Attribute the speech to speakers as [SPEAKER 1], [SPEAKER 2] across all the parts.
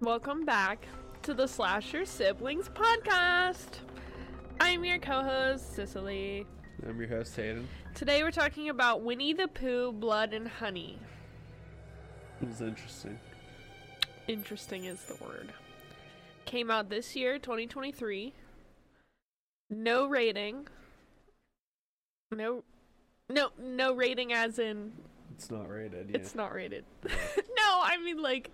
[SPEAKER 1] Welcome back to the Slasher Siblings podcast. I'm your co-host Cicely.
[SPEAKER 2] I'm your host Hayden.
[SPEAKER 1] Today we're talking about Winnie the Pooh, Blood and Honey.
[SPEAKER 2] It was interesting.
[SPEAKER 1] Interesting is the word. Came out this year, 2023. No rating. No No, no rating as in
[SPEAKER 2] It's not rated. Yeah.
[SPEAKER 1] it's not rated. no, I mean like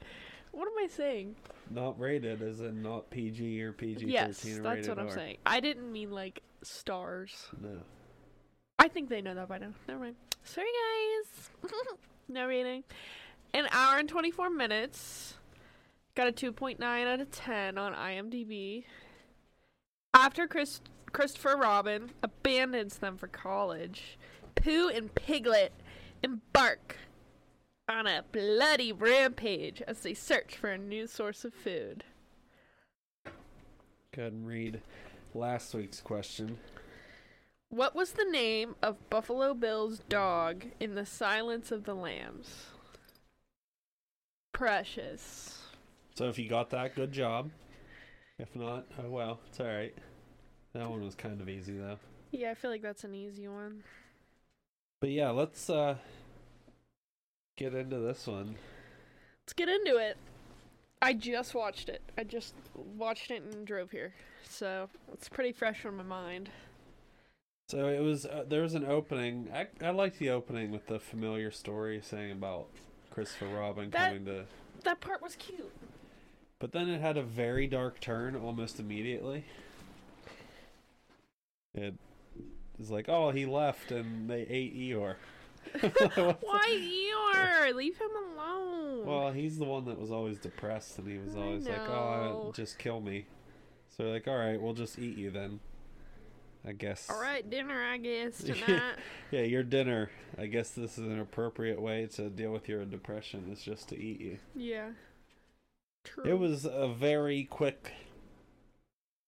[SPEAKER 1] what am I saying?
[SPEAKER 2] not rated as in not PG or PG
[SPEAKER 1] yes,
[SPEAKER 2] thirteen or
[SPEAKER 1] that's
[SPEAKER 2] rated
[SPEAKER 1] what I'm
[SPEAKER 2] R.
[SPEAKER 1] saying. I didn't mean like stars.
[SPEAKER 2] No.
[SPEAKER 1] I think they know that by now. Never mind. Sorry, guys. no rating. An hour and 24 minutes. Got a 2.9 out of 10 on IMDb. After Chris- Christopher Robin abandons them for college, Pooh and Piglet embark on a bloody rampage as they search for a new source of food.
[SPEAKER 2] Go ahead and read last week's question.
[SPEAKER 1] What was the name of Buffalo Bill's dog in The Silence of the Lambs? Precious.
[SPEAKER 2] So if you got that, good job. If not, oh well, it's all right. That one was kind of easy though.
[SPEAKER 1] Yeah, I feel like that's an easy one.
[SPEAKER 2] But yeah, let's uh get into this one.
[SPEAKER 1] Let's get into it. I just watched it. I just watched it and drove here. So it's pretty fresh on my mind.
[SPEAKER 2] So it was uh, there was an opening. I I liked the opening with the familiar story saying about Christopher Robin
[SPEAKER 1] That-
[SPEAKER 2] coming to
[SPEAKER 1] That part was cute.
[SPEAKER 2] But then it had a very dark turn almost immediately. It was like, oh, he left and they ate Eeyore.
[SPEAKER 1] Why Eeyore? Leave him alone.
[SPEAKER 2] Well, he's the one that was always depressed and he was
[SPEAKER 1] I
[SPEAKER 2] always like,
[SPEAKER 1] know.
[SPEAKER 2] oh, just kill me. So they're like, all right, we'll just eat you then. I guess.
[SPEAKER 1] All right, dinner, I guess, tonight.
[SPEAKER 2] Yeah, your dinner. I guess this is an appropriate way to deal with your depression is just to eat you.
[SPEAKER 1] yeah. True.
[SPEAKER 2] It was a very quick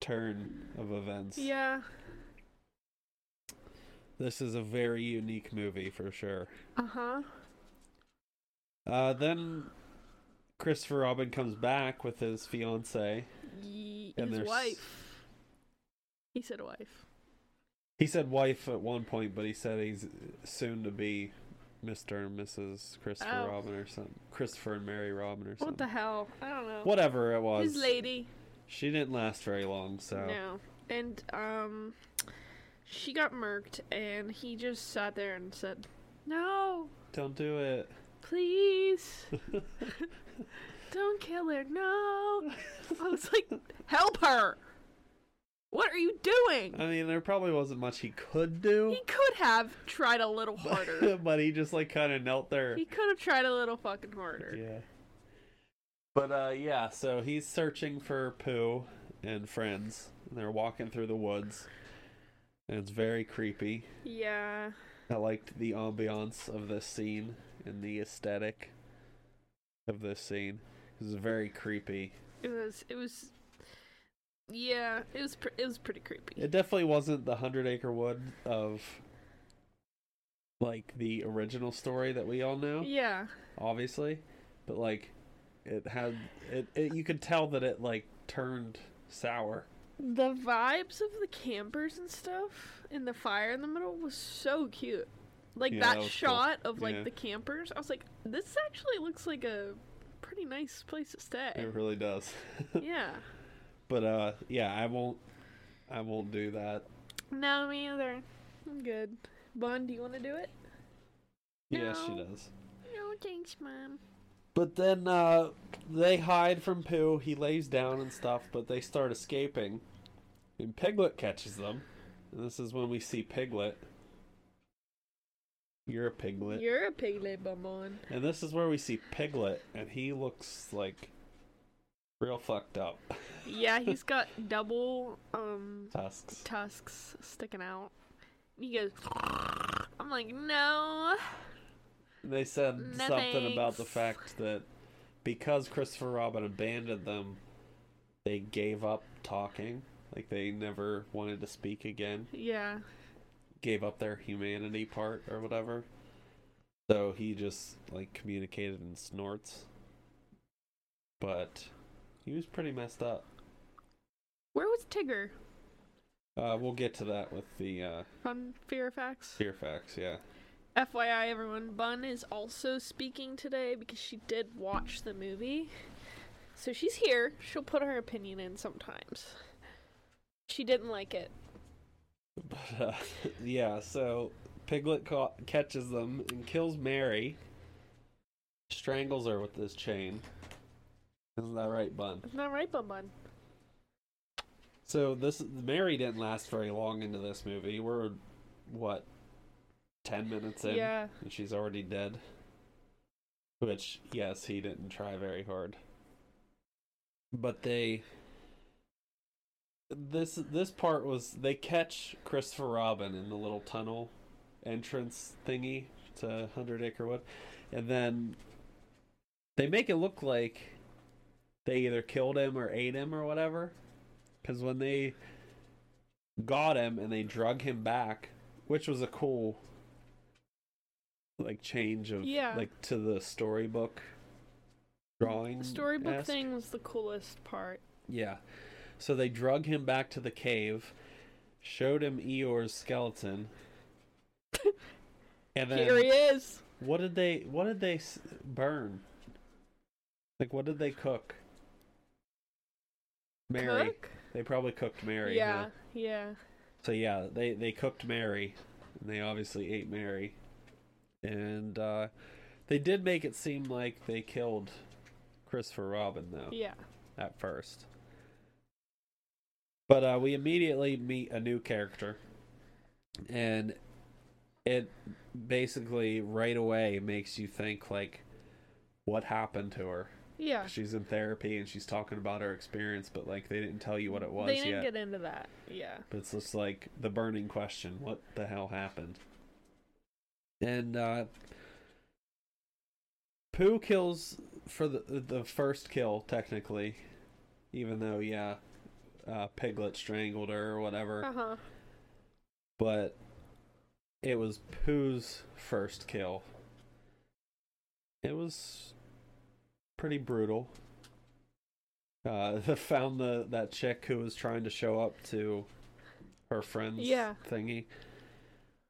[SPEAKER 2] turn of events.
[SPEAKER 1] Yeah.
[SPEAKER 2] This is a very unique movie for sure.
[SPEAKER 1] Uh huh.
[SPEAKER 2] Uh, then Christopher Robin comes back with his fiance.
[SPEAKER 1] Ye-
[SPEAKER 2] And
[SPEAKER 1] his
[SPEAKER 2] there's-
[SPEAKER 1] wife. He said wife.
[SPEAKER 2] He said wife at one point, but he said he's soon to be Mr. and Mrs. Christopher
[SPEAKER 1] Oh.
[SPEAKER 2] Robin or something. Christopher and Mary Robin or
[SPEAKER 1] What the
[SPEAKER 2] something.
[SPEAKER 1] hell? I don't know.
[SPEAKER 2] Whatever it
[SPEAKER 1] His
[SPEAKER 2] was.
[SPEAKER 1] lady.
[SPEAKER 2] She didn't last very long, so
[SPEAKER 1] No. And um, she got murked, and he just sat there and said, "No,
[SPEAKER 2] don't do it.
[SPEAKER 1] please, don't kill her. No." I was like, "Help her! What are you doing?"
[SPEAKER 2] I mean, there probably wasn't much he could do,
[SPEAKER 1] He could have tried a little harder.
[SPEAKER 2] but he just like kind of knelt there.
[SPEAKER 1] he could have tried a little fucking harder.
[SPEAKER 2] Yeah. But uh yeah, so he's searching for Pooh and friends. And they're walking through the woods. And it's very creepy.
[SPEAKER 1] yeah.
[SPEAKER 2] I liked the ambiance of this scene and the aesthetic of this scene. It was very creepy.
[SPEAKER 1] It was. It was. Yeah, it was. Pre- it was pretty creepy.
[SPEAKER 2] It definitely wasn't the Hundred Acre Wood of like the original story that we all know.
[SPEAKER 1] yeah,
[SPEAKER 2] obviously, but like it had it, it you could tell that it like turned sour.
[SPEAKER 1] the vibes of the campers and stuff, and the fire in the middle was so cute. Like
[SPEAKER 2] Yeah,
[SPEAKER 1] that,
[SPEAKER 2] that was cool.
[SPEAKER 1] shot of like
[SPEAKER 2] Yeah.
[SPEAKER 1] the campers, I was like, this actually looks like a pretty nice place to stay.
[SPEAKER 2] It really does.
[SPEAKER 1] yeah.
[SPEAKER 2] but uh yeah, I won't I won't do that.
[SPEAKER 1] No, me either. I'm good. Bon, do you want to do it?
[SPEAKER 2] Yes, she
[SPEAKER 1] No.
[SPEAKER 2] does.
[SPEAKER 1] No, thanks, mom.
[SPEAKER 2] But then uh they hide from Pooh, he lays down and stuff, but they start escaping. And Piglet catches them. And this is when we see Piglet. You're a piglet.
[SPEAKER 1] You're a piglet, Bonbon.
[SPEAKER 2] And this is where we see Piglet, and he looks like real fucked up
[SPEAKER 1] Yeah, he's got double um
[SPEAKER 2] tusks.
[SPEAKER 1] tusks sticking out. And he goes, I'm like, no.
[SPEAKER 2] They said
[SPEAKER 1] No
[SPEAKER 2] something about the
[SPEAKER 1] thanks.
[SPEAKER 2] fact that because Christopher Robin abandoned them, they gave up talking. Like they never wanted to speak again,
[SPEAKER 1] Yeah,
[SPEAKER 2] gave up their humanity part or whatever. So he just like communicated in snorts. But He was pretty messed up.
[SPEAKER 1] Where was Tigger
[SPEAKER 2] Uh, we'll get to that with the uh,
[SPEAKER 1] from Fear Facts?
[SPEAKER 2] fear facts. Yeah.
[SPEAKER 1] FYI, everyone, Bun is also speaking today because she did watch the movie. So she's here. She'll put her opinion in sometimes. She didn't like it.
[SPEAKER 2] But uh, yeah, so Piglet ca- catches them and kills Mary. Strangles her with this chain. Isn't that right, Bun?
[SPEAKER 1] Isn't that right, Bun Bun?
[SPEAKER 2] So this Mary didn't last very long into this movie. We're what ten minutes in,
[SPEAKER 1] Yeah.
[SPEAKER 2] and she's already dead. Which, yes, he didn't try very hard. But they this this part was they catch Christopher Robin in the little tunnel entrance thingy to Hundred Acre Wood, and then they make it look like they either killed him or ate him or whatever. Because when they got him and they drug him back, which was a cool like change of
[SPEAKER 1] Yeah.
[SPEAKER 2] like to the storybook drawing
[SPEAKER 1] The storybook
[SPEAKER 2] esque.
[SPEAKER 1] thing was the coolest part.
[SPEAKER 2] Yeah. So they drug him back to the cave, showed him Eeyore's skeleton, and then
[SPEAKER 1] Here he is.
[SPEAKER 2] what did they what did they s- burn? Like what did they cook? Mary.
[SPEAKER 1] Cook?
[SPEAKER 2] They probably cooked Mary. huh?
[SPEAKER 1] Yeah, yeah.
[SPEAKER 2] So yeah, they they cooked Mary, and they obviously ate Mary, and uh, they did make it seem like they killed Christopher Robin though
[SPEAKER 1] Yeah.
[SPEAKER 2] at first. But uh, we immediately meet a new character, and it basically right away makes you think like, what happened to her?
[SPEAKER 1] Yeah.
[SPEAKER 2] She's in therapy and she's talking about her experience, but like they didn't tell you what it was
[SPEAKER 1] They didn't
[SPEAKER 2] yet.
[SPEAKER 1] get into that. Yeah.
[SPEAKER 2] But it's just like the burning question what the hell happened? And uh, Pooh kills for the, the first kill, technically, even though, yeah, uh, Piglet strangled her or whatever.
[SPEAKER 1] Uh huh.
[SPEAKER 2] But it was Pooh's first kill. It was pretty brutal. Uh, they found the that chick who was trying to show up to her friend's
[SPEAKER 1] Yeah.
[SPEAKER 2] thingy.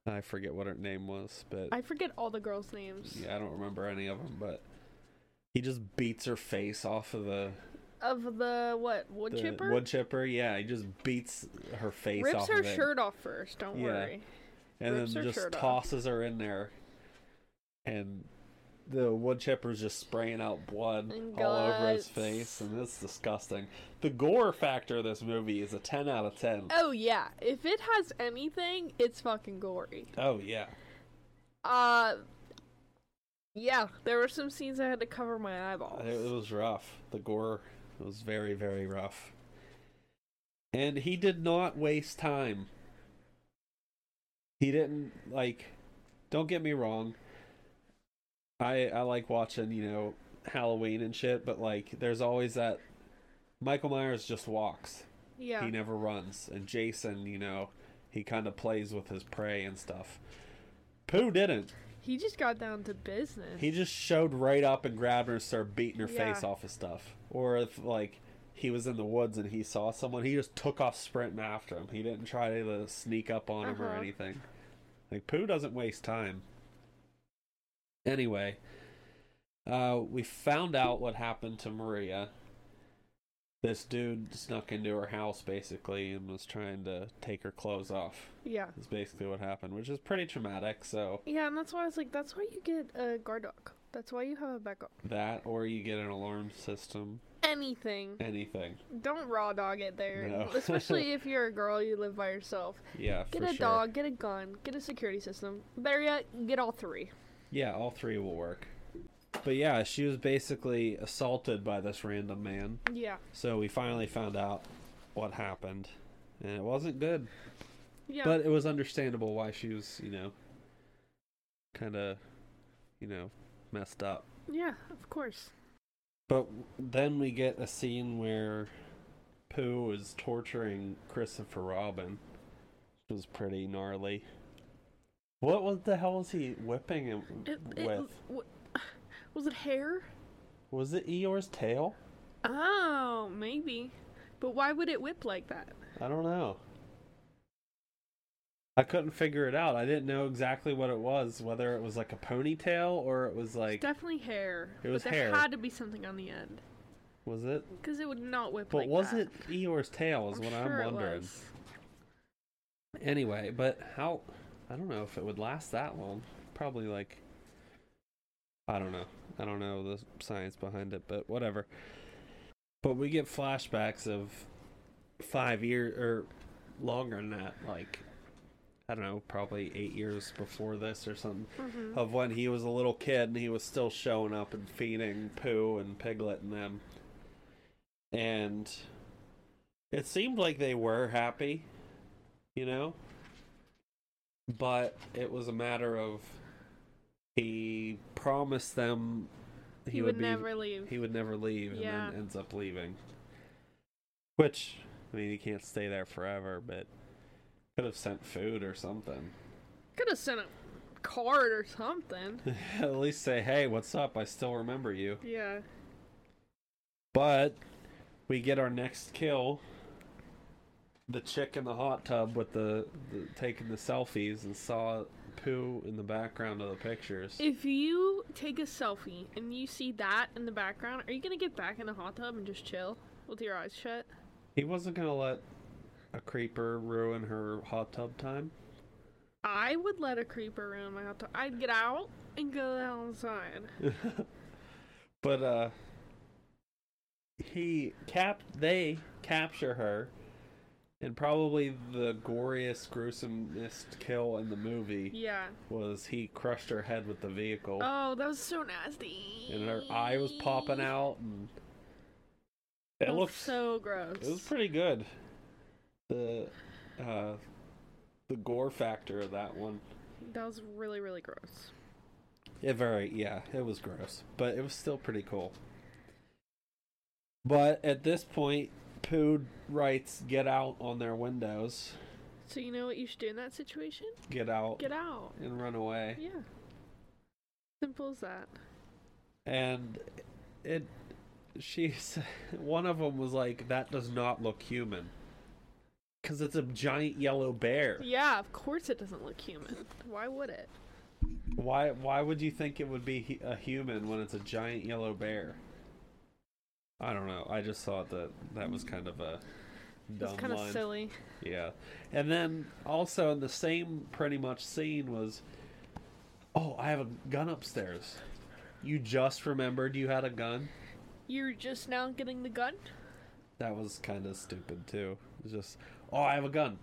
[SPEAKER 2] I forget what her name was, but
[SPEAKER 1] I forget all the girls' names.
[SPEAKER 2] yeah, I don't remember any of them. But he just beats her face off of the,
[SPEAKER 1] Of the, what, wood
[SPEAKER 2] the
[SPEAKER 1] chipper?
[SPEAKER 2] wood chipper. Yeah, he just beats her face
[SPEAKER 1] Rips
[SPEAKER 2] off
[SPEAKER 1] her
[SPEAKER 2] of it.
[SPEAKER 1] shirt off first, don't
[SPEAKER 2] Yeah.
[SPEAKER 1] worry.
[SPEAKER 2] and
[SPEAKER 1] rips
[SPEAKER 2] then
[SPEAKER 1] her
[SPEAKER 2] just
[SPEAKER 1] shirt off.
[SPEAKER 2] tosses her in there. And the wood chipper's just spraying out blood
[SPEAKER 1] And
[SPEAKER 2] all over his
[SPEAKER 1] guts.
[SPEAKER 2] face, and it's disgusting. The gore factor of this movie is a 10 out of 10.
[SPEAKER 1] Oh yeah, if it has anything, it's fucking gory.
[SPEAKER 2] Oh, yeah.
[SPEAKER 1] Uh yeah, there were some scenes I had to cover my eyeballs.
[SPEAKER 2] It, it was rough. The gore was very, very rough. And he did not waste time. He didn't like. Don't get me wrong. I I like watching you know Halloween and shit, but like there's always that. Michael Myers just walks.
[SPEAKER 1] yeah.
[SPEAKER 2] He never runs. And Jason, you know, he kind of plays with his prey and stuff. Pooh didn't.
[SPEAKER 1] He just got down to business.
[SPEAKER 2] He just showed right up and grabbed her and started beating her
[SPEAKER 1] Yeah.
[SPEAKER 2] face off of stuff. Or if like he was in the woods and he saw someone, he just took off sprinting after him. He didn't try to sneak up on him or
[SPEAKER 1] Uh-huh.
[SPEAKER 2] anything. Like Pooh doesn't waste time. Anyway, uh, we found out what happened to Maria. This dude snuck into her house basically and was trying to take her clothes off.
[SPEAKER 1] yeah.
[SPEAKER 2] Is basically what happened, which is pretty traumatic. So
[SPEAKER 1] Yeah, and that's why I was like, that's why you get a guard dog. That's why you have a backup.
[SPEAKER 2] that, or you get an alarm system,
[SPEAKER 1] Anything.
[SPEAKER 2] anything.
[SPEAKER 1] Don't raw dog it there.
[SPEAKER 2] No.
[SPEAKER 1] Especially if you're a girl, you live by yourself.
[SPEAKER 2] Yeah,
[SPEAKER 1] Get
[SPEAKER 2] for
[SPEAKER 1] a
[SPEAKER 2] sure.
[SPEAKER 1] dog, get a gun, get a security system. Better yet, get all three.
[SPEAKER 2] Yeah, all three will work. But yeah, she was basically assaulted by this random man.
[SPEAKER 1] Yeah.
[SPEAKER 2] So we finally found out what happened, and it wasn't good.
[SPEAKER 1] Yeah.
[SPEAKER 2] But it was understandable why she was, you know, kind of, you know, messed up.
[SPEAKER 1] yeah, of course.
[SPEAKER 2] But then we get a scene where Pooh is torturing Christopher Robin, which was pretty gnarly. What was the hell was he whipping him
[SPEAKER 1] It, it,
[SPEAKER 2] with?
[SPEAKER 1] w- was it hair?
[SPEAKER 2] Was it Eeyore's tail?
[SPEAKER 1] Oh, maybe. But why would it whip like that?
[SPEAKER 2] I don't know. I couldn't figure it out. I didn't know exactly what it was, whether it was like a ponytail or it was like
[SPEAKER 1] it's definitely hair.
[SPEAKER 2] It was
[SPEAKER 1] but there
[SPEAKER 2] hair.
[SPEAKER 1] had to be something on the end.
[SPEAKER 2] was it?
[SPEAKER 1] Because it would not whip
[SPEAKER 2] But
[SPEAKER 1] like
[SPEAKER 2] was
[SPEAKER 1] that.
[SPEAKER 2] it Eeyore's tail is
[SPEAKER 1] I'm
[SPEAKER 2] what
[SPEAKER 1] sure
[SPEAKER 2] I'm
[SPEAKER 1] it
[SPEAKER 2] wondering.
[SPEAKER 1] was.
[SPEAKER 2] Anyway, but how I don't know if it would last that long. Probably like I don't know. I don't know the science behind it, but whatever. But we get flashbacks of 5 years or longer than that like I don't know, probably 8 years before this or something
[SPEAKER 1] Mhm.
[SPEAKER 2] of when he was a little kid and he was still showing up and feeding Pooh and Piglet and them. And it seemed like they were happy, you know? But it was a matter of he promised them he,
[SPEAKER 1] He
[SPEAKER 2] would,
[SPEAKER 1] would
[SPEAKER 2] be,
[SPEAKER 1] never leave.
[SPEAKER 2] he would never leave
[SPEAKER 1] Yeah.
[SPEAKER 2] and then ends up leaving. Which I mean he can't stay there forever, but could have sent food or something.
[SPEAKER 1] Could have sent a card or something.
[SPEAKER 2] At least say, hey, what's up? I still remember you.
[SPEAKER 1] Yeah.
[SPEAKER 2] But we get our next kill. The chick in the hot tub with the, the taking the selfies and saw poo in the background of the pictures.
[SPEAKER 1] If you take a selfie and you see that in the background, are you gonna get back in the hot tub and just chill with your eyes shut?
[SPEAKER 2] He wasn't gonna let a creeper ruin her hot tub time.
[SPEAKER 1] I would let a creeper ruin my hot tub. I'd get out and go outside.
[SPEAKER 2] but uh he cap they capture her and probably the goriest gruesomest kill in the movie
[SPEAKER 1] Yeah.
[SPEAKER 2] was he crushed her head with the vehicle
[SPEAKER 1] Oh, that was so nasty.
[SPEAKER 2] and her eye was popping out and it
[SPEAKER 1] That was
[SPEAKER 2] looked
[SPEAKER 1] so gross.
[SPEAKER 2] it was pretty good the uh the gore factor of that one
[SPEAKER 1] That was really, really gross.
[SPEAKER 2] it very yeah it was gross but it was still pretty cool but at this point Pooh writes get out on their windows
[SPEAKER 1] So you know what you should do in that situation?
[SPEAKER 2] get out
[SPEAKER 1] Get out.
[SPEAKER 2] and run away
[SPEAKER 1] Yeah. Simple as that.
[SPEAKER 2] and it she's one of them was like that does not look human because it's a giant yellow bear
[SPEAKER 1] Yeah, of course it doesn't look human. Why would it?
[SPEAKER 2] why why would you think it would be hu- a human when it's a giant yellow bear i don't know i just thought that that was kind of a
[SPEAKER 1] It's
[SPEAKER 2] dumb
[SPEAKER 1] kind of
[SPEAKER 2] line.
[SPEAKER 1] silly.
[SPEAKER 2] yeah and then also in the same pretty much scene was oh i have a gun upstairs you just remembered you had a gun
[SPEAKER 1] You're just now getting the gun?
[SPEAKER 2] That was kind of stupid too. It was just, oh, I have a gun.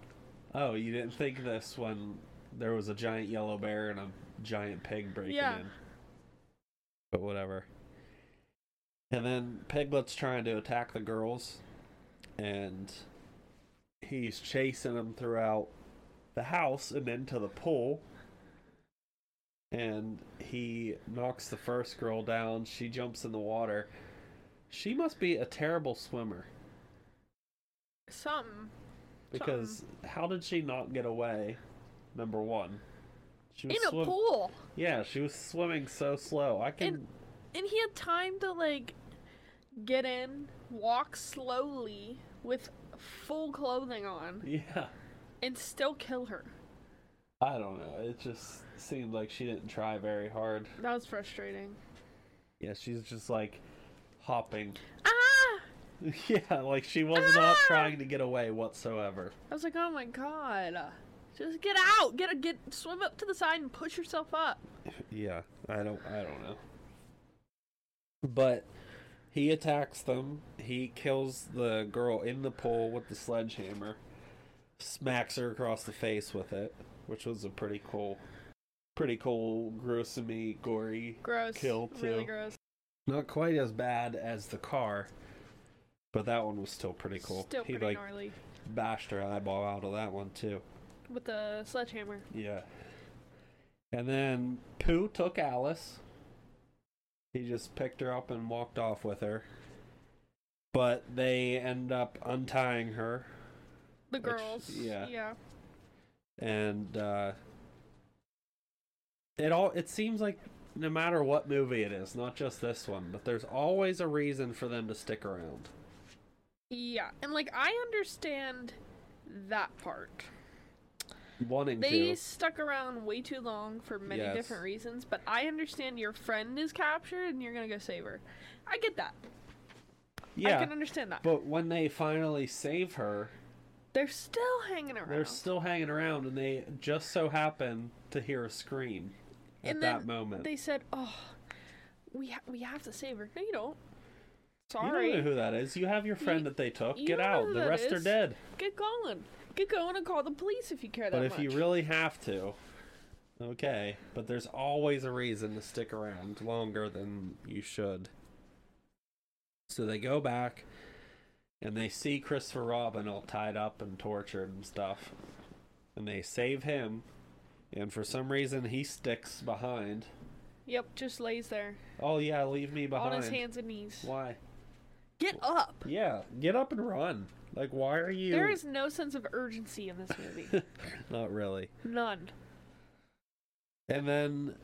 [SPEAKER 2] Oh, you didn't think this when there was a giant yellow bear and a giant pig breaking
[SPEAKER 1] Yeah.
[SPEAKER 2] in. But whatever. And then Piglet's trying to attack the girls, and he's chasing them throughout the house and then to the pool. And he knocks the first girl down. She jumps in the water. She must be a terrible swimmer.
[SPEAKER 1] Something.
[SPEAKER 2] Because how did she not get away? Number one, she
[SPEAKER 1] In
[SPEAKER 2] was
[SPEAKER 1] a
[SPEAKER 2] swim-
[SPEAKER 1] pool.
[SPEAKER 2] Yeah, she was swimming so slow. I can.
[SPEAKER 1] And he had time to, like, get in, walk slowly with full clothing on,
[SPEAKER 2] Yeah,
[SPEAKER 1] and still kill her.
[SPEAKER 2] I don't know. It just seemed like she didn't try very hard.
[SPEAKER 1] That was frustrating.
[SPEAKER 2] Yeah, she's just like hopping.
[SPEAKER 1] Ah!
[SPEAKER 2] yeah, like she was not
[SPEAKER 1] Ah!
[SPEAKER 2] trying to get away whatsoever.
[SPEAKER 1] I was like, oh my god. Just get out! Get get swim up to the side and push yourself up.
[SPEAKER 2] Yeah, I don't. I don't know. But he attacks them. He kills the girl in the pool with the sledgehammer, smacks her across the face with it, which was a pretty cool, pretty cool, gruesomey, gory.
[SPEAKER 1] Gross.
[SPEAKER 2] Kill,
[SPEAKER 1] Really
[SPEAKER 2] too.
[SPEAKER 1] gross.
[SPEAKER 2] Not quite as bad as the car, but that one was still pretty cool.
[SPEAKER 1] Still
[SPEAKER 2] he
[SPEAKER 1] pretty
[SPEAKER 2] like
[SPEAKER 1] gnarly.
[SPEAKER 2] bashed her eyeball out of that one too.
[SPEAKER 1] With the sledgehammer.
[SPEAKER 2] Yeah. And then Pooh took Alice. He just picked her up and walked off with her. But they end up untying her,
[SPEAKER 1] The
[SPEAKER 2] Which-
[SPEAKER 1] girls.
[SPEAKER 2] yeah.
[SPEAKER 1] Yeah.
[SPEAKER 2] and uh, it all—it seems like no matter what movie it is, not just this one, but there's always a reason for them to stick around.
[SPEAKER 1] Yeah, and like I understand that part.
[SPEAKER 2] Wanting
[SPEAKER 1] They
[SPEAKER 2] to.
[SPEAKER 1] stuck around way too long for many
[SPEAKER 2] Yes.
[SPEAKER 1] different reasons, but I understand your friend is captured and you're gonna go save her. I get that.
[SPEAKER 2] Yeah.
[SPEAKER 1] I can understand that.
[SPEAKER 2] But when they finally save her,
[SPEAKER 1] they're still hanging around.
[SPEAKER 2] they're still hanging around and they just so happen to hear a scream at
[SPEAKER 1] And
[SPEAKER 2] that
[SPEAKER 1] then
[SPEAKER 2] moment.
[SPEAKER 1] They said, "Oh, we ha- we have to save her." No, you don't.
[SPEAKER 2] you
[SPEAKER 1] Sorry.
[SPEAKER 2] don't know who that is. You have your friend
[SPEAKER 1] You-
[SPEAKER 2] that they took.
[SPEAKER 1] you
[SPEAKER 2] Get
[SPEAKER 1] don't know
[SPEAKER 2] out.
[SPEAKER 1] who
[SPEAKER 2] The
[SPEAKER 1] that
[SPEAKER 2] rest are
[SPEAKER 1] is.
[SPEAKER 2] dead.
[SPEAKER 1] Get going. Get going and call the police if you care that
[SPEAKER 2] But if
[SPEAKER 1] much.
[SPEAKER 2] you really have to, okay. But there's always a reason to stick around longer than you should. So they go back and they see Christopher Robin all tied up and tortured and stuff. And they save him. And for some reason, he sticks behind.
[SPEAKER 1] yep, just lays there
[SPEAKER 2] Oh, yeah, leave me behind.
[SPEAKER 1] on his hands and knees.
[SPEAKER 2] Why?
[SPEAKER 1] Get up.
[SPEAKER 2] Yeah, get up and run. Like, why are you.
[SPEAKER 1] There is no sense of urgency in this movie.
[SPEAKER 2] Not really.
[SPEAKER 1] None.
[SPEAKER 2] And then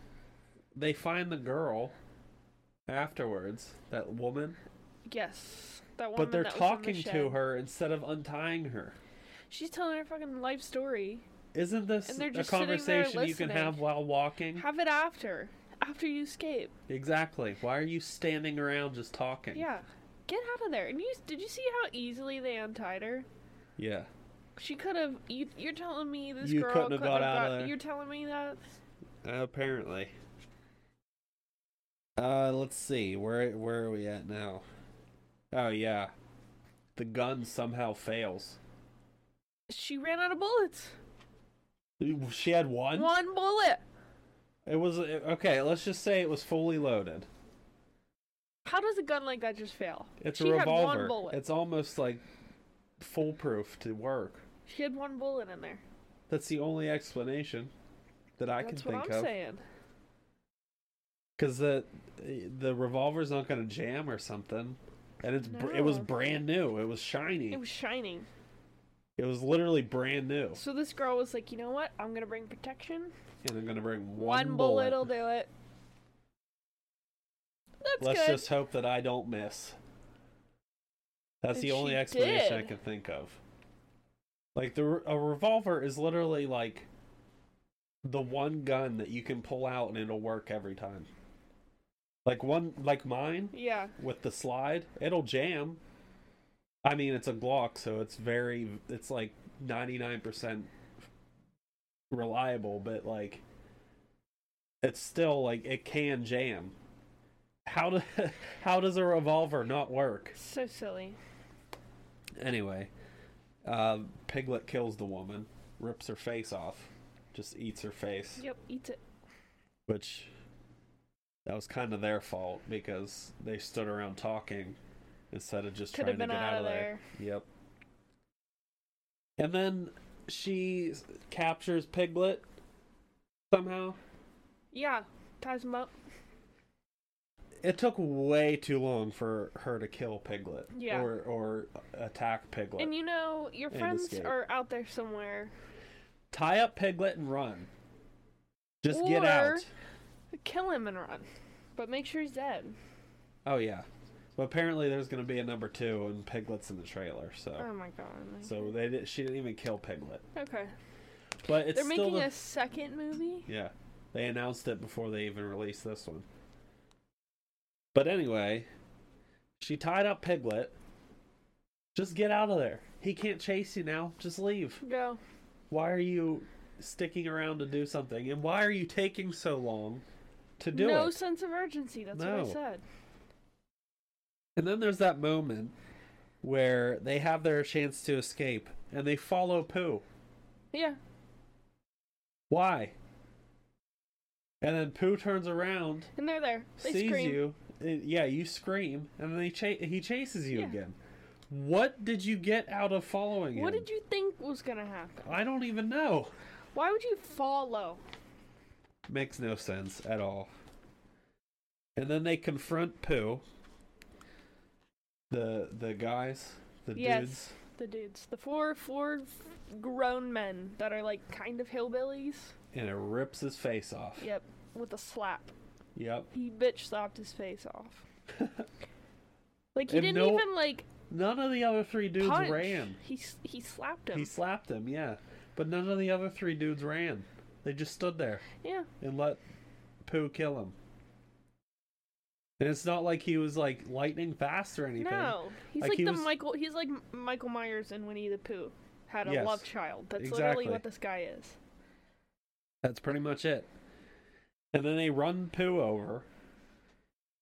[SPEAKER 2] they find the girl afterwards, that woman,
[SPEAKER 1] Yes, that woman.
[SPEAKER 2] but they're
[SPEAKER 1] that was in the
[SPEAKER 2] talking to
[SPEAKER 1] shed.
[SPEAKER 2] her instead of untying her.
[SPEAKER 1] She's telling her fucking life story.
[SPEAKER 2] Isn't this
[SPEAKER 1] And they're
[SPEAKER 2] a
[SPEAKER 1] just sitting there
[SPEAKER 2] conversation you
[SPEAKER 1] listening.
[SPEAKER 2] can have while walking?
[SPEAKER 1] Have it after, after you escape.
[SPEAKER 2] Exactly. Why are you standing around just talking?
[SPEAKER 1] Yeah, get out of there. And you did you see how easily they untied her?
[SPEAKER 2] Yeah.
[SPEAKER 1] She could have. You, you're telling me this
[SPEAKER 2] You
[SPEAKER 1] girl
[SPEAKER 2] couldn't have got out of there.
[SPEAKER 1] You're telling me that.
[SPEAKER 2] Apparently. Uh, let's see. Where where are we at now? Oh yeah. The gun somehow fails.
[SPEAKER 1] She ran out of bullets.
[SPEAKER 2] She had one?
[SPEAKER 1] One bullet.
[SPEAKER 2] It was okay, let's just say it was fully loaded.
[SPEAKER 1] How does a gun like that just fail?
[SPEAKER 2] It's
[SPEAKER 1] She
[SPEAKER 2] a
[SPEAKER 1] had one
[SPEAKER 2] revolver.
[SPEAKER 1] bullet.
[SPEAKER 2] It's almost like foolproof to work.
[SPEAKER 1] She had one bullet in there.
[SPEAKER 2] That's the only explanation that I
[SPEAKER 1] That's
[SPEAKER 2] can
[SPEAKER 1] what
[SPEAKER 2] think
[SPEAKER 1] I'm
[SPEAKER 2] of.
[SPEAKER 1] saying.
[SPEAKER 2] Because the the revolver's not going to jam or something, and it's br- it was
[SPEAKER 1] No.
[SPEAKER 2] brand new. It was shiny.
[SPEAKER 1] It was shining.
[SPEAKER 2] It was literally brand new,
[SPEAKER 1] So this girl was like, you know what? I'm gonna bring protection.
[SPEAKER 2] and I'm going to bring one,
[SPEAKER 1] One, bullet. will do it. That's
[SPEAKER 2] Let's
[SPEAKER 1] good.
[SPEAKER 2] just hope that I don't miss. That's
[SPEAKER 1] And
[SPEAKER 2] the only
[SPEAKER 1] she
[SPEAKER 2] explanation I
[SPEAKER 1] did.
[SPEAKER 2] can think of. Like the re- a revolver is literally like the one gun that you can pull out and it'll work every time. Like one like mine
[SPEAKER 1] Yeah.
[SPEAKER 2] with the slide, it'll jam. I mean, it's a Glock, so it's very it's like 99% reliable, but like it's still like it can jam. How do, how does a revolver not work?
[SPEAKER 1] So silly.
[SPEAKER 2] Anyway, uh, Piglet kills the woman, rips her face off, just eats her face,
[SPEAKER 1] Yep. Eats it.
[SPEAKER 2] which that was kind of their fault because they stood around talking instead of just
[SPEAKER 1] Could have
[SPEAKER 2] trying
[SPEAKER 1] been
[SPEAKER 2] to get
[SPEAKER 1] out of there.
[SPEAKER 2] Yep. And then she s- captures Piglet somehow.
[SPEAKER 1] Yeah. Ties him up.
[SPEAKER 2] It took way too long for her to kill Piglet
[SPEAKER 1] Yeah.
[SPEAKER 2] or or attack Piglet.
[SPEAKER 1] And you know your
[SPEAKER 2] And
[SPEAKER 1] friends
[SPEAKER 2] escape.
[SPEAKER 1] are out there somewhere.
[SPEAKER 2] Tie up Piglet and run. Just get out.
[SPEAKER 1] Or- Kill him and run, but make sure he's dead.
[SPEAKER 2] Oh yeah. But apparently there's going to be a number 2 and Piglet's in the trailer, so
[SPEAKER 1] Oh my god.
[SPEAKER 2] so they did, she didn't even kill Piglet.
[SPEAKER 1] Okay.
[SPEAKER 2] But it's
[SPEAKER 1] They're
[SPEAKER 2] still
[SPEAKER 1] making
[SPEAKER 2] the-
[SPEAKER 1] a second movie.
[SPEAKER 2] Yeah. They announced it before they even released this one. But anyway, she tied up Piglet. Just get out of there. He can't chase you now. Just leave.
[SPEAKER 1] Go.
[SPEAKER 2] Why are you sticking around to do something? And why are you taking so long to do
[SPEAKER 1] no
[SPEAKER 2] it?
[SPEAKER 1] sense of urgency. That's
[SPEAKER 2] No.
[SPEAKER 1] what I said.
[SPEAKER 2] And then there's that moment where they have their chance to escape and they follow Pooh.
[SPEAKER 1] Yeah.
[SPEAKER 2] Why? And then Pooh turns around
[SPEAKER 1] And they're there. They
[SPEAKER 2] sees
[SPEAKER 1] scream.
[SPEAKER 2] you, it- yeah, you scream, and then he, cha- he chases you
[SPEAKER 1] Yeah.
[SPEAKER 2] again. What did you get out of following
[SPEAKER 1] What
[SPEAKER 2] him?
[SPEAKER 1] did you think was gonna happen?
[SPEAKER 2] I don't even know.
[SPEAKER 1] Why would you follow?
[SPEAKER 2] Makes no sense at all. And then they confront Pooh. The the guys, the
[SPEAKER 1] Yes.
[SPEAKER 2] dudes.
[SPEAKER 1] The dudes, the four four f- grown men that are like kind of hillbillies.
[SPEAKER 2] and it rips his face off.
[SPEAKER 1] Yep, with a slap.
[SPEAKER 2] Yep.
[SPEAKER 1] He bitch slapped his face off. like he
[SPEAKER 2] And
[SPEAKER 1] didn't
[SPEAKER 2] no-
[SPEAKER 1] even like
[SPEAKER 2] None of the other three dudes
[SPEAKER 1] punch.
[SPEAKER 2] ran.
[SPEAKER 1] He s- he slapped him.
[SPEAKER 2] He slapped him, yeah. But none of the other three dudes ran. They just stood there
[SPEAKER 1] yeah.
[SPEAKER 2] and let Pooh kill him. And it's not like he was like lightning fast or anything.
[SPEAKER 1] No, he's
[SPEAKER 2] Like,
[SPEAKER 1] like,
[SPEAKER 2] he
[SPEAKER 1] the
[SPEAKER 2] was-
[SPEAKER 1] Michael. He's like M- Michael Myers in Winnie the Pooh. Had a
[SPEAKER 2] Yes.
[SPEAKER 1] love child. That's
[SPEAKER 2] Exactly.
[SPEAKER 1] literally what this guy is.
[SPEAKER 2] That's pretty much it. And then they run Pooh over,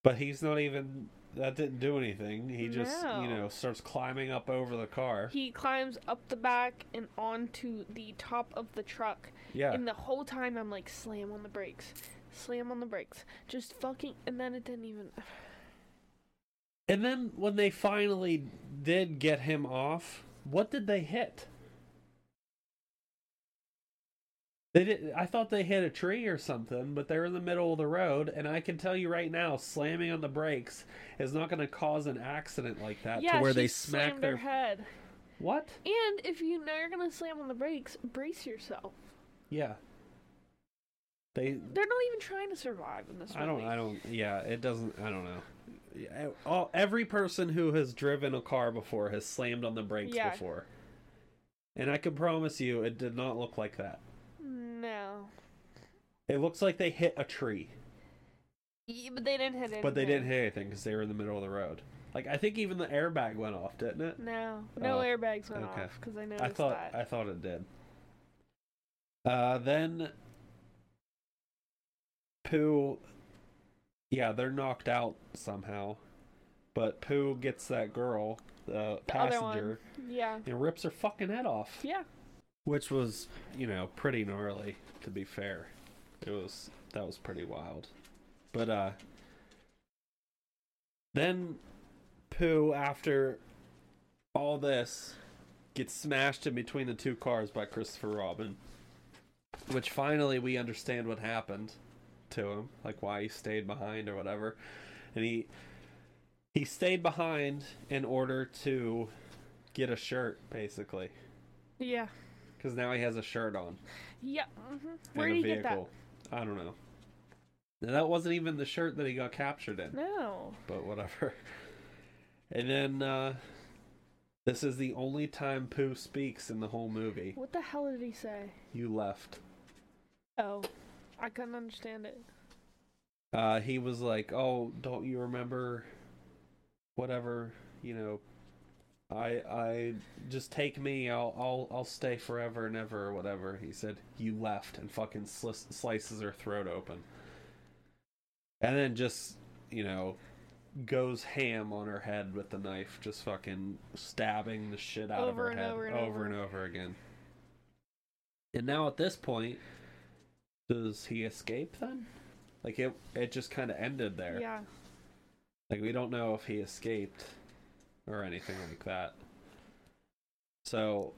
[SPEAKER 2] but he's not even. That didn't do anything. He just, you
[SPEAKER 1] No.
[SPEAKER 2] know, starts climbing up over the car.
[SPEAKER 1] He climbs up the back and onto the top of the truck.
[SPEAKER 2] yeah.
[SPEAKER 1] And the whole time I'm like, slam on the brakes, slam on the brakes, just fucking. And then it didn't even.
[SPEAKER 2] And then when they finally did get him off, what did they hit? They did I thought they hit a tree or something, but they're in the middle of the road and I can tell you right now slamming on the brakes is not going to cause an accident like that
[SPEAKER 1] yeah,
[SPEAKER 2] to where
[SPEAKER 1] she
[SPEAKER 2] they
[SPEAKER 1] slammed
[SPEAKER 2] smack
[SPEAKER 1] her
[SPEAKER 2] their
[SPEAKER 1] head.
[SPEAKER 2] What?
[SPEAKER 1] And if you know you're gonna slam on the brakes, brace yourself.
[SPEAKER 2] Yeah. They
[SPEAKER 1] They're not even trying to survive in this movie.
[SPEAKER 2] I don't. I don't. Yeah, it doesn't. I don't know. Yeah, All, every person who has driven a car before has slammed on the brakes
[SPEAKER 1] Yeah.
[SPEAKER 2] before, and I can promise you, it did not look like that.
[SPEAKER 1] No.
[SPEAKER 2] It looks like they hit a tree,
[SPEAKER 1] Yeah, but they didn't hit anything.
[SPEAKER 2] but they didn't hit anything because they were in the middle of the road. Like I think even the airbag went off, didn't it?
[SPEAKER 1] No, no
[SPEAKER 2] Oh,
[SPEAKER 1] airbags went
[SPEAKER 2] okay.
[SPEAKER 1] off because I noticed
[SPEAKER 2] I thought.
[SPEAKER 1] that.
[SPEAKER 2] I thought it did. Uh, then Pooh. Yeah, they're knocked out somehow, but Pooh gets that girl, the
[SPEAKER 1] The other
[SPEAKER 2] passenger.
[SPEAKER 1] one. Yeah,
[SPEAKER 2] and rips her fucking head off.
[SPEAKER 1] yeah.
[SPEAKER 2] Which was, you know, pretty gnarly, to be fair. It was that was pretty wild. But uh then Pooh, after all this, gets smashed in between the two cars by Christopher Robin. Which finally we understand what happened to him, like why he stayed behind or whatever. And he he stayed behind in order to get a shirt, basically.
[SPEAKER 1] Yeah.
[SPEAKER 2] Because now he has a shirt on
[SPEAKER 1] Yeah. hmm Where
[SPEAKER 2] and
[SPEAKER 1] did
[SPEAKER 2] a
[SPEAKER 1] he get that?
[SPEAKER 2] vehicle. I don't know. Now, that wasn't even the shirt that he got captured in,
[SPEAKER 1] No.
[SPEAKER 2] but whatever. And then uh, this is the only time Pooh speaks in the whole movie.
[SPEAKER 1] What the hell did he say?
[SPEAKER 2] You left.
[SPEAKER 1] Oh, I couldn't understand it.
[SPEAKER 2] Uh, he was like, "Oh, don't you remember? Whatever, you know. I I just take me. I'll I'll I'll stay forever and ever or whatever." He said, "You left," and fucking sli- slices her throat open, and then just you know goes ham on her head with the knife, just fucking stabbing the shit out of
[SPEAKER 1] Over
[SPEAKER 2] her
[SPEAKER 1] and
[SPEAKER 2] head
[SPEAKER 1] over and
[SPEAKER 2] over
[SPEAKER 1] over.
[SPEAKER 2] and over again. And now at this point, does he escape then? Like it it just kind of ended there.
[SPEAKER 1] Yeah.
[SPEAKER 2] Like we don't know if he escaped or anything like that. So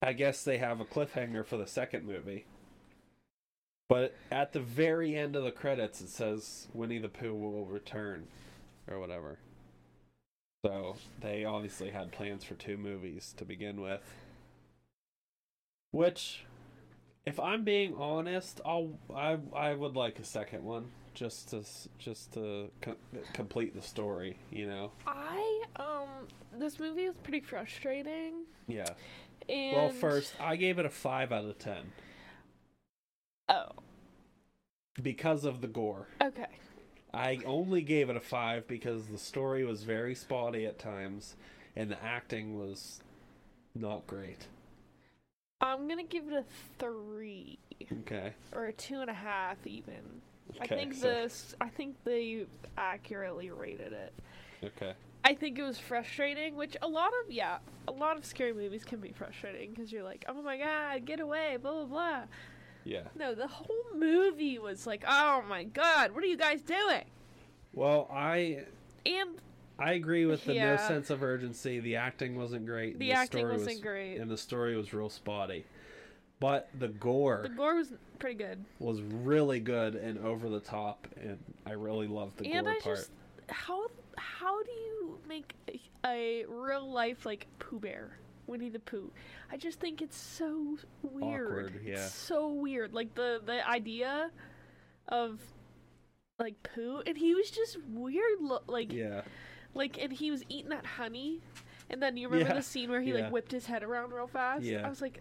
[SPEAKER 2] I guess they have a cliffhanger for the second movie. But at the very end of the credits it says Winnie the Pooh will return or whatever. So they obviously had plans for two movies to begin with. Which if I'm being honest, I'll I I would like a second one just to s- just to co- complete the story, you know.
[SPEAKER 1] I um, this movie was pretty frustrating.
[SPEAKER 2] Yeah.
[SPEAKER 1] And
[SPEAKER 2] Well, first, I gave it a 5 out of 10
[SPEAKER 1] Oh,
[SPEAKER 2] because of the gore.
[SPEAKER 1] okay.
[SPEAKER 2] I only gave it a 5 because the story was very spotty at times and the acting was not great.
[SPEAKER 1] I'm gonna give it a three
[SPEAKER 2] Okay.
[SPEAKER 1] or a two and a half even. I
[SPEAKER 2] Okay,
[SPEAKER 1] think
[SPEAKER 2] so-
[SPEAKER 1] this. I think they accurately rated it.
[SPEAKER 2] Okay.
[SPEAKER 1] I think it was frustrating, which a lot of yeah, a lot of scary movies can be frustrating because you're like, oh my god, get away, blah blah blah.
[SPEAKER 2] Yeah.
[SPEAKER 1] No, the whole movie was like, oh my god, what are you guys doing?
[SPEAKER 2] Well, I
[SPEAKER 1] And
[SPEAKER 2] I agree with the no
[SPEAKER 1] Yeah.
[SPEAKER 2] sense of urgency. The acting wasn't great. and
[SPEAKER 1] the, acting
[SPEAKER 2] story
[SPEAKER 1] wasn't
[SPEAKER 2] was-
[SPEAKER 1] great.
[SPEAKER 2] And the story was real spotty. But the gore
[SPEAKER 1] The gore was pretty good,
[SPEAKER 2] was really good and over the top, and I really loved the
[SPEAKER 1] and
[SPEAKER 2] gore
[SPEAKER 1] I
[SPEAKER 2] part.
[SPEAKER 1] just how how do you make a, a real life like Pooh Bear, Winnie the Pooh? I just think it's so weird.
[SPEAKER 2] Awkward, yeah.
[SPEAKER 1] It's so weird. Like the the idea of like poo, and he was just weird. Lo- like
[SPEAKER 2] Yeah.
[SPEAKER 1] like, and he was eating that honey. And then you remember
[SPEAKER 2] Yeah,
[SPEAKER 1] the scene where he
[SPEAKER 2] yeah.
[SPEAKER 1] like whipped his head around real fast.
[SPEAKER 2] Yeah.
[SPEAKER 1] I was like,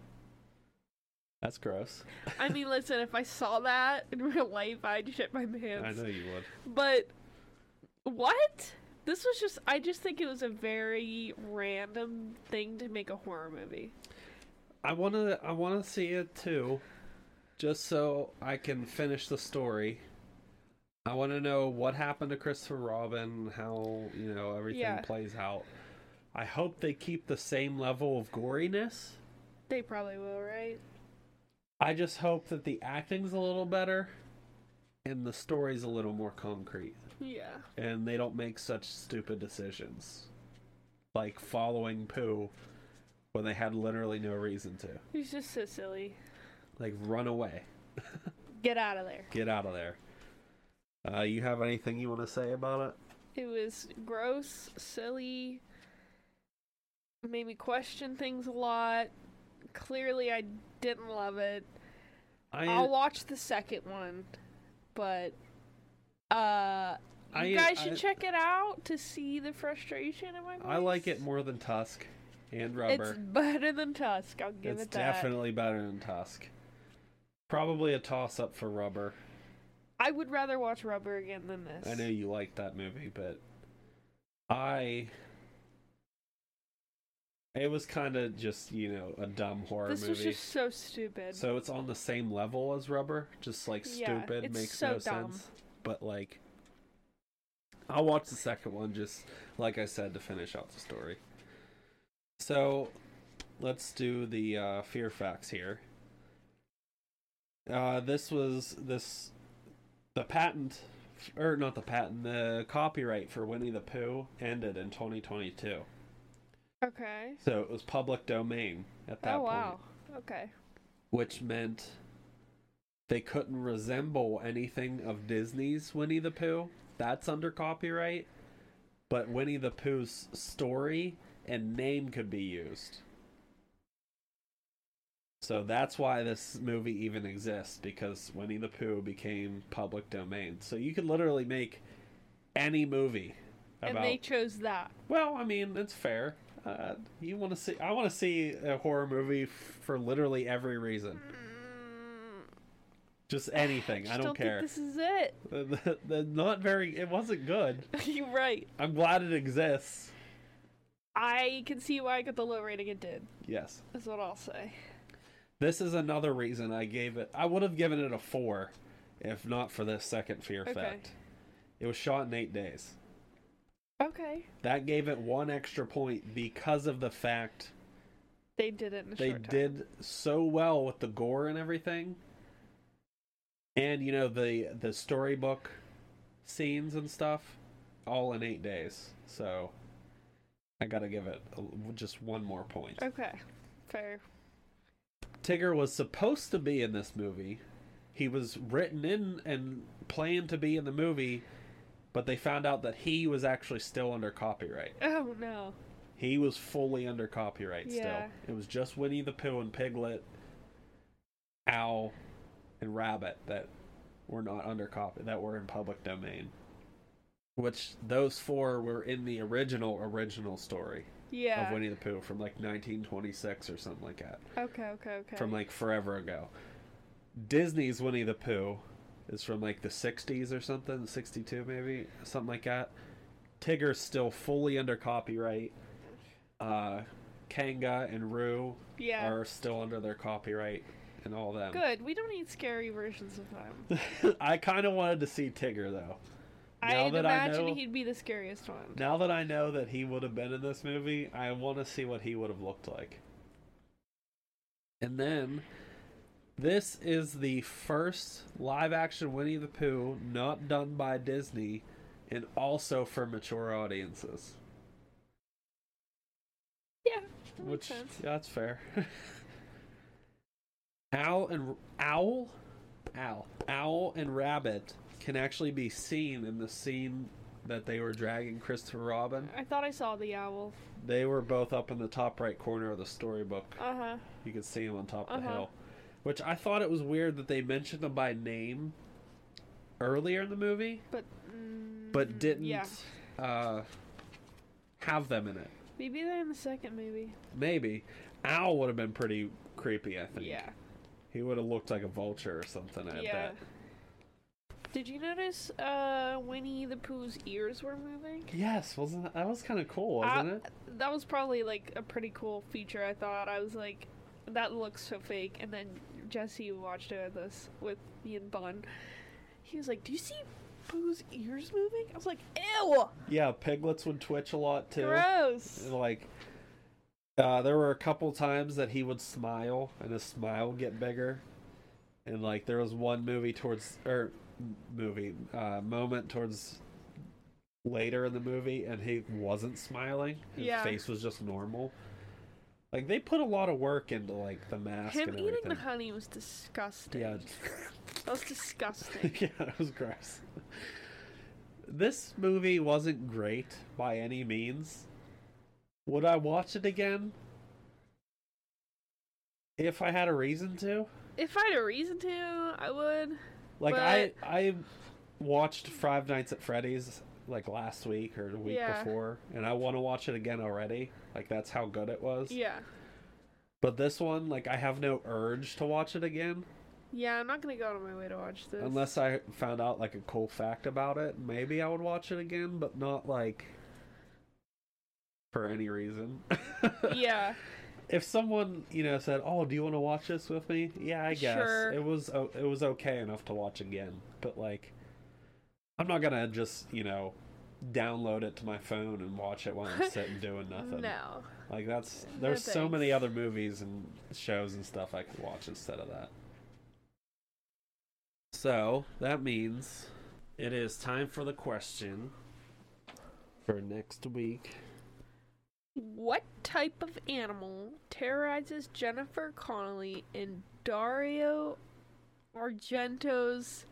[SPEAKER 2] That's gross.
[SPEAKER 1] I mean, listen, if I saw that in real life, I'd shit my pants.
[SPEAKER 2] I know you would.
[SPEAKER 1] But what? This was just I just think it was a very random thing to make a horror movie.
[SPEAKER 2] I wanna I wanna see it too. Just so I can finish the story. I wanna know what happened to Christopher Robin, how, you know, everything
[SPEAKER 1] Yeah.
[SPEAKER 2] plays out. I hope they keep the same level of goriness.
[SPEAKER 1] They probably will, right?
[SPEAKER 2] I just hope that the acting's a little better and the story's a little more concrete.
[SPEAKER 1] Yeah.
[SPEAKER 2] and they don't make such stupid decisions like following poo when they had literally no reason to
[SPEAKER 1] He's just so silly.
[SPEAKER 2] like run away
[SPEAKER 1] Get out of there.
[SPEAKER 2] get out of there uh, you have anything you want to say about it
[SPEAKER 1] It was gross, silly. Made me question things a lot. Clearly I didn't love it.
[SPEAKER 2] i
[SPEAKER 1] I'll watch the second one, but uh
[SPEAKER 2] I,
[SPEAKER 1] you guys should
[SPEAKER 2] I,
[SPEAKER 1] check it out to see the frustration in my voice.
[SPEAKER 2] I like it more than tusk and
[SPEAKER 1] It's
[SPEAKER 2] rubber
[SPEAKER 1] better than Tusk. I'll give
[SPEAKER 2] it's
[SPEAKER 1] it that.
[SPEAKER 2] definitely better than tusk probably a toss up for rubber
[SPEAKER 1] I would rather watch Rubber again than this.
[SPEAKER 2] I know you like that movie, but I it was kind of just you know a dumb horror
[SPEAKER 1] This was
[SPEAKER 2] movie.
[SPEAKER 1] just so stupid.
[SPEAKER 2] So it's on the same level as Rubber, just like
[SPEAKER 1] Yeah,
[SPEAKER 2] stupid,
[SPEAKER 1] it's
[SPEAKER 2] makes
[SPEAKER 1] so
[SPEAKER 2] no
[SPEAKER 1] dumb.
[SPEAKER 2] sense. But like, I'll watch the second one just like I said to finish out the story. So let's do the uh, fear facts here. Uh, this was this the patent or not the patent the copyright for Winnie the Pooh ended in 2022.
[SPEAKER 1] okay.
[SPEAKER 2] So it was public domain at that
[SPEAKER 1] Oh
[SPEAKER 2] point
[SPEAKER 1] wow. Okay.
[SPEAKER 2] which meant they couldn't resemble anything of Disney's Winnie the Pooh. That's under copyright, but Winnie the Pooh's story and name could be used. So that's why this movie even exists because Winnie the Pooh became public domain. So you could literally make any movie about
[SPEAKER 1] And they chose that.
[SPEAKER 2] well, I mean, it's fair. Uh, you want to see? I want to see a horror movie f- for literally every reason. Just anything. I
[SPEAKER 1] Mm, Just
[SPEAKER 2] don't, care.
[SPEAKER 1] Think this is it.
[SPEAKER 2] The- the- the- Not very. It wasn't good.
[SPEAKER 1] You're right.
[SPEAKER 2] I'm glad it exists.
[SPEAKER 1] I can see why I got the low rating it did.
[SPEAKER 2] Yes.
[SPEAKER 1] Is what I'll say.
[SPEAKER 2] This is another reason I gave it. I would have given it a four, if not for this second fear
[SPEAKER 1] Okay.
[SPEAKER 2] fact. It was shot in eight days.
[SPEAKER 1] Okay.
[SPEAKER 2] That gave it one extra point because of the fact
[SPEAKER 1] They did it in a
[SPEAKER 2] they
[SPEAKER 1] short time.
[SPEAKER 2] did so well with the gore and everything and you know the the storybook scenes and stuff all in eight days so i gotta give it a, just one more point
[SPEAKER 1] Okay. Fair.
[SPEAKER 2] tigger was supposed to be in this movie he was written in and planned to be in the movie but they found out that he was actually still under copyright
[SPEAKER 1] Oh no.
[SPEAKER 2] he was fully under copyright
[SPEAKER 1] Yeah.
[SPEAKER 2] still. It was just Winnie the Pooh and Piglet, Owl, and Rabbit that were not under copy that were in public domain. Which those four were in the original original story
[SPEAKER 1] Yeah.
[SPEAKER 2] of Winnie the Pooh from like 1926 or something like that,
[SPEAKER 1] Okay. Okay. Okay.
[SPEAKER 2] from like forever ago. Disney's Winnie the Pooh is from like the 60s or something, 62 maybe, something like that. Tigger's still fully under copyright. Uh, Kanga and Roo
[SPEAKER 1] yeah.
[SPEAKER 2] are still under their copyright and all them.
[SPEAKER 1] Good. We don't need scary versions of them.
[SPEAKER 2] I kind of wanted to see Tigger though. Now
[SPEAKER 1] I'd
[SPEAKER 2] that I
[SPEAKER 1] imagine
[SPEAKER 2] know-
[SPEAKER 1] he'd be the scariest one.
[SPEAKER 2] Now that I know that he would have been in this movie, I want to see what he would have looked like. And then, this is the first live action Winnie the Pooh not done by Disney and also for mature audiences.
[SPEAKER 1] Yeah. That
[SPEAKER 2] Which,
[SPEAKER 1] makes sense.
[SPEAKER 2] yeah, that's fair. owl and owl, owl, owl and rabbit can actually be seen in the scene that they were dragging Christopher Robin.
[SPEAKER 1] I thought I saw the owl.
[SPEAKER 2] They were both up in the top right corner of the storybook.
[SPEAKER 1] Uh huh.
[SPEAKER 2] You could see them on top of the
[SPEAKER 1] Uh-huh.
[SPEAKER 2] hill, which I thought it was weird that they mentioned them by name earlier in the movie,
[SPEAKER 1] But mm,
[SPEAKER 2] but didn't
[SPEAKER 1] Yeah,
[SPEAKER 2] uh, have them in it.
[SPEAKER 1] maybe they're in the second movie.
[SPEAKER 2] Maybe Al would have been pretty creepy. I think.
[SPEAKER 1] Yeah,
[SPEAKER 2] He would have looked like a vulture or something. I
[SPEAKER 1] yeah.
[SPEAKER 2] bet.
[SPEAKER 1] Did you notice uh, Winnie the Pooh's ears were moving?
[SPEAKER 2] Yes, wasn't that, that was kind of cool, wasn't
[SPEAKER 1] Uh,
[SPEAKER 2] it?
[SPEAKER 1] That was probably like a pretty cool feature. I thought I was like, that looks so fake. And then Jesse watched it with us with me and Bun. He was like, "Do you see Pooh's ears moving?" I was like, "Ew,
[SPEAKER 2] Yeah, piglets would twitch a lot too.
[SPEAKER 1] gross."
[SPEAKER 2] Like, uh, there were a couple times that he would smile and his smile would get bigger, and like there was one movie towards or m- movie uh, moment towards later in the movie, and he wasn't smiling. His
[SPEAKER 1] Yeah.
[SPEAKER 2] face was just normal. Like they put a lot of work into like the mask
[SPEAKER 1] Him
[SPEAKER 2] and
[SPEAKER 1] eating
[SPEAKER 2] everything.
[SPEAKER 1] the honey was disgusting.
[SPEAKER 2] yeah,
[SPEAKER 1] That was disgusting.
[SPEAKER 2] yeah, it was gross. This movie wasn't great by any means. Would I watch it again? If I had a reason to?
[SPEAKER 1] if I had a reason to, I would.
[SPEAKER 2] Like I I watched Five Nights at Freddy's like last week or the week
[SPEAKER 1] Yeah.
[SPEAKER 2] before and I want to watch it again already. Like that's how good it was.
[SPEAKER 1] Yeah.
[SPEAKER 2] But this one like I have no urge to watch it again
[SPEAKER 1] Yeah, I'm not gonna go out of my way to watch this.
[SPEAKER 2] unless I found out like a cool fact about it. Maybe I would watch it again, but not like for any reason.
[SPEAKER 1] yeah,
[SPEAKER 2] if someone you know said, "Oh, do you want to watch this with me?" Yeah, I guess
[SPEAKER 1] Sure.
[SPEAKER 2] it was o- it was okay enough to watch again. But like, I'm not gonna just you know download it to my phone and watch it while I'm sitting doing nothing.
[SPEAKER 1] no.
[SPEAKER 2] Like that's
[SPEAKER 1] No
[SPEAKER 2] there's so many
[SPEAKER 1] thanks.
[SPEAKER 2] other movies and shows and stuff I could watch instead of that. So that means it is time for the question for next week.
[SPEAKER 1] What type of animal terrorizes Jennifer Connelly in Dario Argento's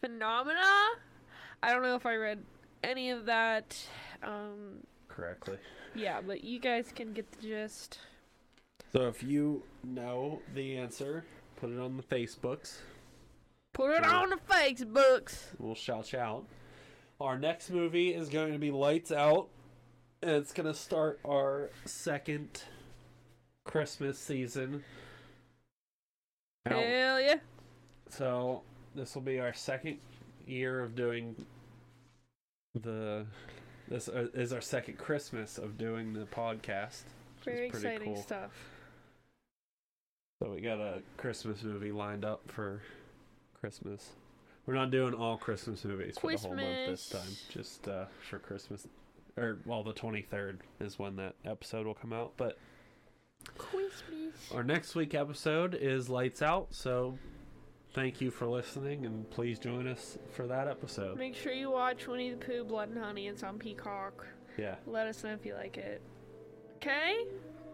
[SPEAKER 1] Phenomena? I don't know if I read any of that. Um,
[SPEAKER 2] Correctly.
[SPEAKER 1] yeah, but you guys can get the gist.
[SPEAKER 2] So if you know the answer, put it on the Facebooks.
[SPEAKER 1] Put it on the Facebooks.
[SPEAKER 2] We'll shout you out. Our next movie is going to be Lights Out. And it's going to start our second Christmas season. Out.
[SPEAKER 1] Hell yeah.
[SPEAKER 2] So this will be our second year of doing the. This uh, is our second Christmas of doing the podcast. is
[SPEAKER 1] Very
[SPEAKER 2] pretty
[SPEAKER 1] exciting
[SPEAKER 2] cool.
[SPEAKER 1] stuff.
[SPEAKER 2] So we got a Christmas movie lined up for Christmas. We're not doing all Christmas movies for the whole month this time.
[SPEAKER 1] Christmas.
[SPEAKER 2] Just uh, for Christmas, or well, the twenty third is when that episode will come out. But
[SPEAKER 1] Christmas.
[SPEAKER 2] our next week episode is lights out. So thank you for listening, and please join us for that episode.
[SPEAKER 1] Make sure you watch Winnie the Pooh, Blood and Honey. It's on Peacock.
[SPEAKER 2] Yeah.
[SPEAKER 1] Let us know if you like it. Okay?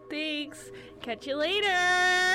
[SPEAKER 1] Thanks. Catch you later.